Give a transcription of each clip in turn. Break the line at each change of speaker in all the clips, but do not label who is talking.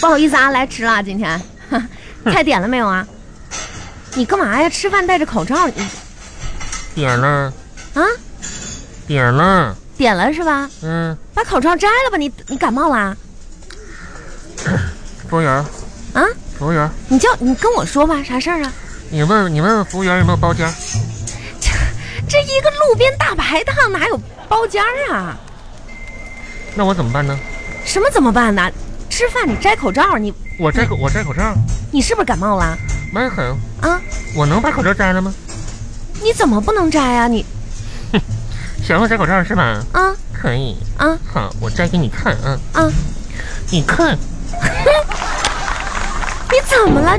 不好意思啊，来迟了，今天 菜点了没有啊？你干嘛呀？吃饭戴着口罩，你
点了，
啊，
点了，
点了是吧？
嗯，
把口罩摘了啊吧，你你感冒啦？
服务员，
啊？
服务员，
你叫你跟我说吧，啥事儿啊？
你问问你问问服务员有没有包间？
这这一个路边大排档哪有包间儿啊？
那我怎么办呢？
什么怎么办呢？吃饭你摘口罩，你
我摘口我摘口罩，
你是不是感冒了
没很，
啊？
我能把口罩摘了吗？
你怎么不能摘啊？你
想要摘口罩是吧？
啊
可以，
啊
好，我摘给你看啊，
啊！
你看，
你怎么了，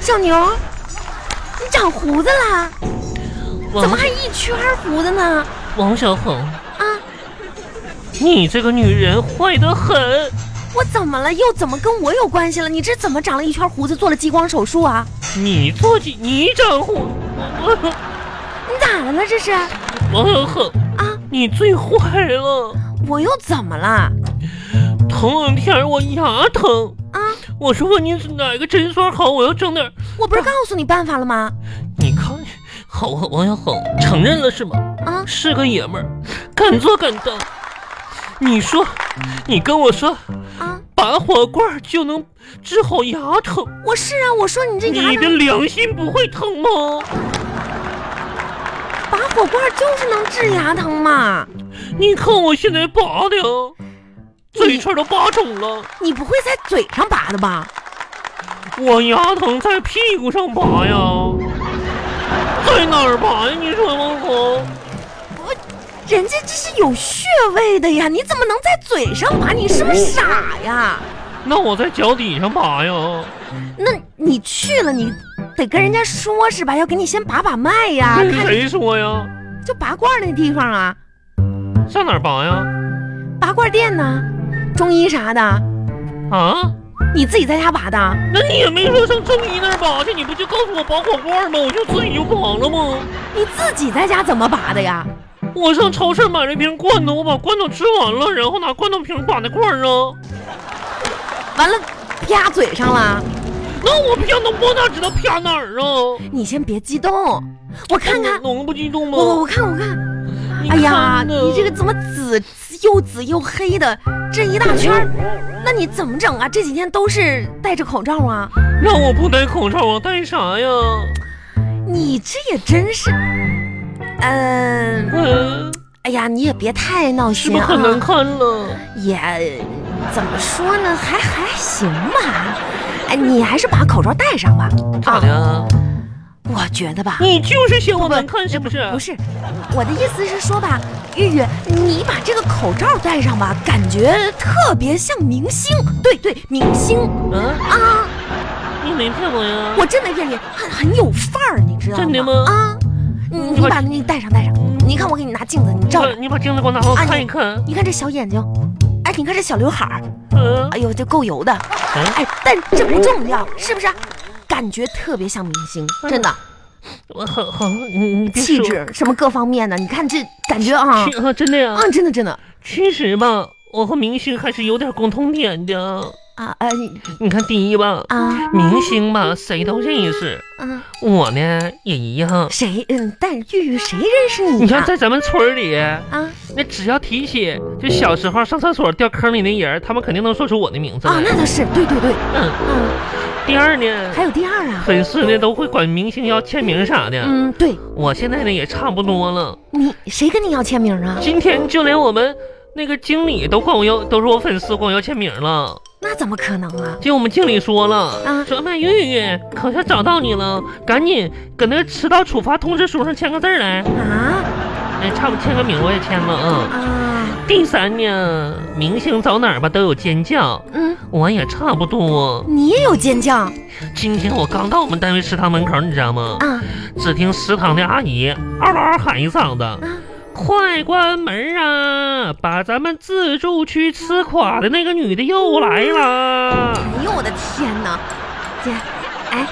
小牛？你长胡子啦？怎么
王
还一圈儿胡子呢？
王小红，
啊，
你这个女人坏得很。
我怎么了？又怎么跟我有关系了？你这怎么长了一圈胡子，做了激光手术啊？
你做起你整我，
你咋了呢？这是啊？
王小红，你最坏了。
我又怎么了？
头两天我牙疼，
啊，
我说问你哪个诊所好，我要整点儿。
我不是告诉你办法了吗？
你看，好啊，王小红承认了是吗？
啊，
是个爷们儿，敢做敢当。你说，你跟我说，
啊，
拔火罐就能治好牙疼，
我是啊，我说你这牙
你的
疼，
良心不会疼吗？
拔火罐就是能治牙疼嘛。
你看我现在拔的啊，嘴
你
唇都拔肿了，
你不会在嘴上拔的吧？
我牙疼在屁股上拔呀，在哪儿拔呀？你说王红，
人家这是有穴位的呀，你怎么能在嘴上拔？你是不是傻呀？
那我在脚底上拔呀？
啊那你去了，你得跟人家说是吧？要给你先把把脉呀，
跟
看
谁说呀？
就拔罐那地方啊，
上哪儿拔呀？
拔罐店呢，中医啥的，
啊？
你自己在家拔的？
那你也没说上中医那儿拔去，你不就告诉我拔火罐吗？我就自己就拔了吗？
你自己在家怎么拔的呀？
我上超市买了一瓶罐头，我把罐头吃完了，然后拿罐头瓶把那罐儿啊，
完了，啪嘴上了。
那我啪能我哪知道啪哪儿啊？
你先别激动，我看看，
能不激动吗？
我我我看我看，
你
哎呀，
看呢
你这个怎么紫又紫又黑的，这一大圈儿，那你怎么整啊？这几天都是戴着口罩啊？
让我不戴口罩，我啊戴啥呀？
你这也真是，嗯、
嗯，
哎呀，你也别太闹
是
心
不是
啊，
很难看了？
也怎么说呢，还还行吧。哎，你还是把口罩戴上吧。啊
咋的、哎呀？
我觉得吧，
你就是嫌我难看
不
是不是？
啊
啊
不是，我的意思是说吧，玉玉，你把这个口罩戴上吧，感觉特别像明星。对对，明星
啊，
啊，
你没骗我呀？
我真没骗你，很很有范儿，你知道吗？
真的吗
啊，你你把你戴上戴上，你看我给你拿镜子，你
你
照
把
着，
你把镜子给我拿过
啊
来
你
看一看。
你看这小眼睛，哎，你看这小刘海儿，
嗯、
哎呦，这够油的，
嗯
哎，但这不重要，是不是？感觉特别像明星，真的，
我好好，你你嗯别
气
说
质什么各方面的，你看这感觉啊
其啊，真的呀、
啊，真的真的
其实吧，我和明星还是有点共同点的。
啊啊你
你看，第一吧，
啊
明星吧，谁都认识，
啊。
我呢也一样。
谁？嗯，但玉玉谁认识你
你
呀、
看，在咱们村儿里，
啊
那只要提起就小时候上厕所掉坑里那人，他们肯定能说出我的名字
啊，
来。
那倒是，对对对，
嗯，
嗯，
第二呢，
还有第二啊，
粉丝呢都会管明星要签名啥的。
嗯，对
我现在呢也差不多了，
你谁跟你要签名啊？
今天就连我们那个经理都管我要，都是我粉丝管我要签名了。
那怎么可能啊？
就我们经理说了，
啊
说哎麦玉玉可像找到你了，赶紧搁那个迟到处罚通知书上签个字儿来。
啊
哎，差不多签个名我也签了啊。
啊，
第三呢，明星走哪儿吧都有尖叫，
嗯，
我也差不多。
你也有尖叫啊？
今天我刚到我们单位食堂门口，你知道吗？只听食堂的阿姨嗷嗷喊一嗓子：“
啊
快关门啊！把咱们自助区吃垮的那个女的又来了。”
哎呦我的天哪，姐，哎，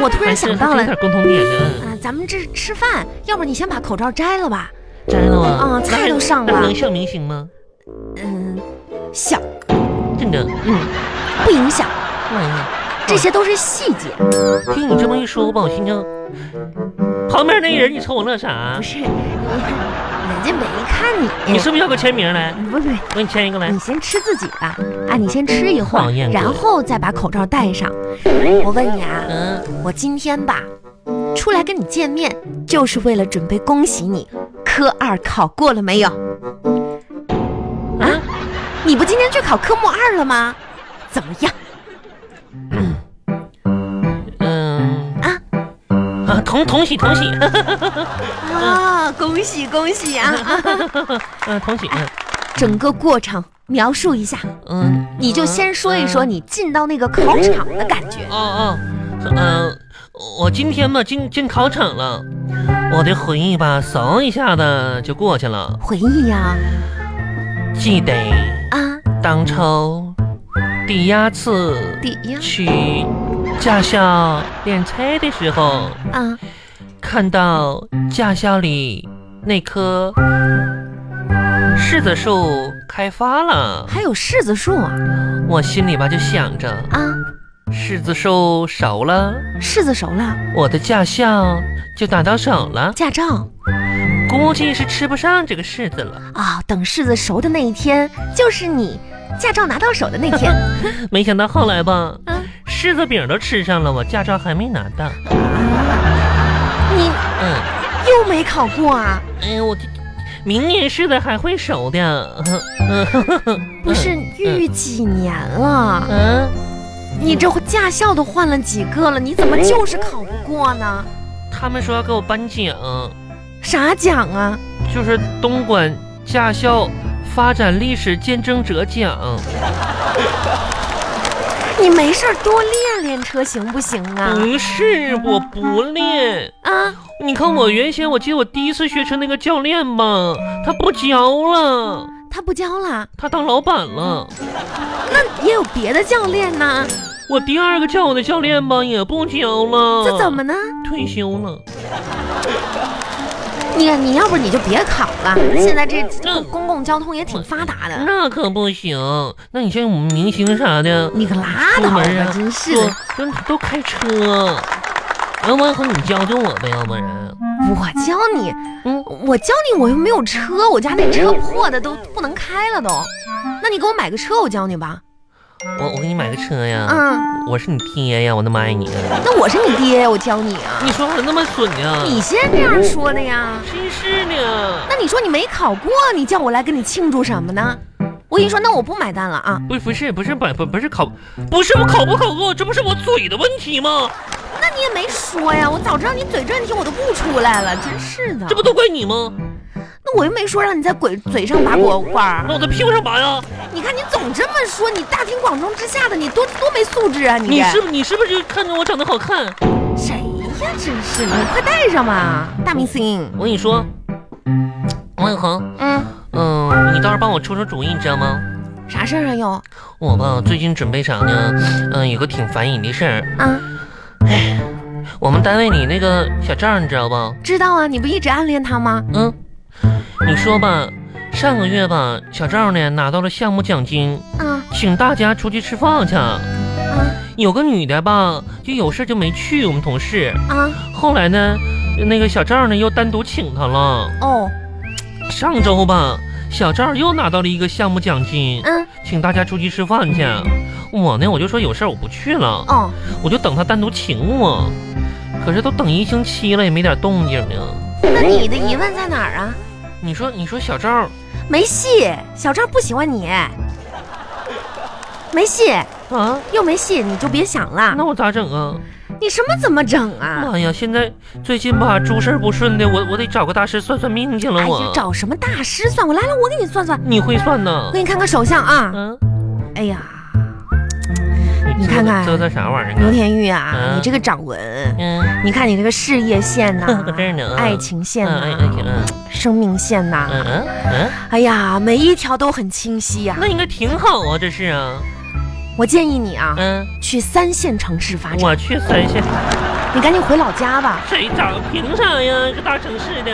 我突然想到
还
了
是还真有点，共同点呢。
啊，咱们这吃饭，要不你先把口罩摘了吧？
摘了啊！
啊，菜都上
那
了
能，像明星吗？
嗯，小
真的，嗯，
不影响，
哎呀，
这些都是细节。
听你这么一说吧，我心想，旁边那人你瞅我乐啥啊
不？是，你人家没看你，嗯
你是不是要个签名来？
不是
我给你签一个来
你。先吃自己吧，啊，你先吃一会儿
讨厌，鬼
然后再把口罩戴上。我问你啊，
嗯，
我今天吧，出来跟你见面，就是为了准备恭喜你，科二考过了没有？啊，
嗯
你不今天去考科目二了吗？怎么样
嗯
啊？
啊，同同喜同喜，
啊，恭喜恭喜啊！啊
嗯，同喜，嗯
整个过程描述一下，
嗯，
你就先说一说你进到那个考场的感觉。
哦哦，嗯，我今天嘛进进考场了，我的回忆吧，嗖一下子就过去了。
回忆呀、
记得
啊，
当初第一次
第一
去驾校练车的时候，
啊，
看到驾校里那棵柿子树开发了，
还有柿子树啊
我心里吧就想着，
啊，
柿子树熟了，
柿子熟了，
我的驾校就打到手了，
驾照
估计是吃不上这个柿子了。
啊、等柿子熟的那一天，就是你驾照拿到手的那天
没想到后来吧，
啊。
柿子饼都吃上了，我驾照还没拿到。
你
嗯，
又没考过啊？
哎呀，我这明年柿子还会熟的。 嗯，
不是，玉玉几年了？
嗯。
你这驾校都换了几个了？你怎么就是考不过呢？
他们说要给我颁奖，
啥奖啊？
就是东莞驾校发展历史见证者奖。
啊你没事儿多练练车行不行啊？
不是，我不练。
啊，
你看我原先，我记得我第一次学车那个教练吧，他不教了，
他不教了，
他当老板了。
那也有别的教练呢，
我第二个教我的教练吧，也不教了。
这怎么呢？
退休了？
你看，你要不你就别考了，现在这
那
公共交通也挺发达的，
那可不行。那你像我们明星啥的，
你可拉
出
倒
门
吧，
啊，
真是的。
都都都开车。要不然和你教教我呗，要不然。
我教你，
嗯
我教你，我又没有车，我家那车破的都不能开了都。那你给我买个车，我教你吧。
我我给你买个车呀，
嗯，
我是你爹呀，我那么爱你啊！
那我是你爹，我教你啊。
你说话咋那么损呢？
你先这样说的呀？
真是的，
那你说你没考过，你叫我来跟你庆祝什么呢？我跟你说，那我不买单了啊。
不不是不是不不不是考，不是我考不考过，这不是我嘴的问题吗？
那你也没说呀，我早知道你嘴这问题，我都不出来了，真是的
这。不都怪你吗？
那我又没说让你在鬼嘴上拔果罐儿。
那我在屁股上拔呀？
你看你总这么说，你大庭广众之下的，你多多没素质啊你！
你是不你是不是就看着我长得好看？
谁呀？真是的，你快戴上吧，大明星。
我跟你说，王永恒，
嗯，
嗯、你倒是帮我出出主意，你知道吗？
啥事儿啊又？
我吧最近准备啥呢？嗯、有个挺烦人的事儿，
啊，
我们单位里那个小赵，你知道吧？
知道啊，你不一直暗恋他吗？
嗯，你说吧，上个月吧，小赵呢拿到了项目奖金，
啊
请大家出去吃饭去。
啊
有个女的吧，就有事就没去，我们同事。
啊！
后来呢，那个小赵呢又单独请她了。
哦，
上周吧，小赵又拿到了一个项目奖金，
嗯，
请大家出去吃饭去。我呢，我就说有事儿我不去了，
哦，
我就等他单独请我。可是都等一星期了，也没点动静呢。
那你的疑问在哪儿啊？
你说，你说小赵，
没戏，小赵不喜欢你，没戏，
啊，
又没戏，你就别想了。
那我咋整啊？
你什么怎么整啊？
妈哎呀！现在最近吧，诸事不顺的，我我得找个大师算算命去了
哎
我。
呀，找什么大师算？我来来，我给你算算，
你会算呢
我？给你看看手相啊。
嗯，
哎呀，你看看
折腾啥玩意
牛
儿？
田玉啊，
嗯
你这个掌纹，
嗯，
你看你这个事业线呐、
搁这儿呢嗯
爱情线
嗯
呐、
哎哎嗯
生命线呐、
嗯嗯嗯，
哎呀，每一条都很清晰呀、
那应该挺好啊，这是啊。
我建议你啊，
嗯，
去三线城市发展，
我去三线，
你赶紧回老家吧。
谁找？凭啥呀？一个大城市的，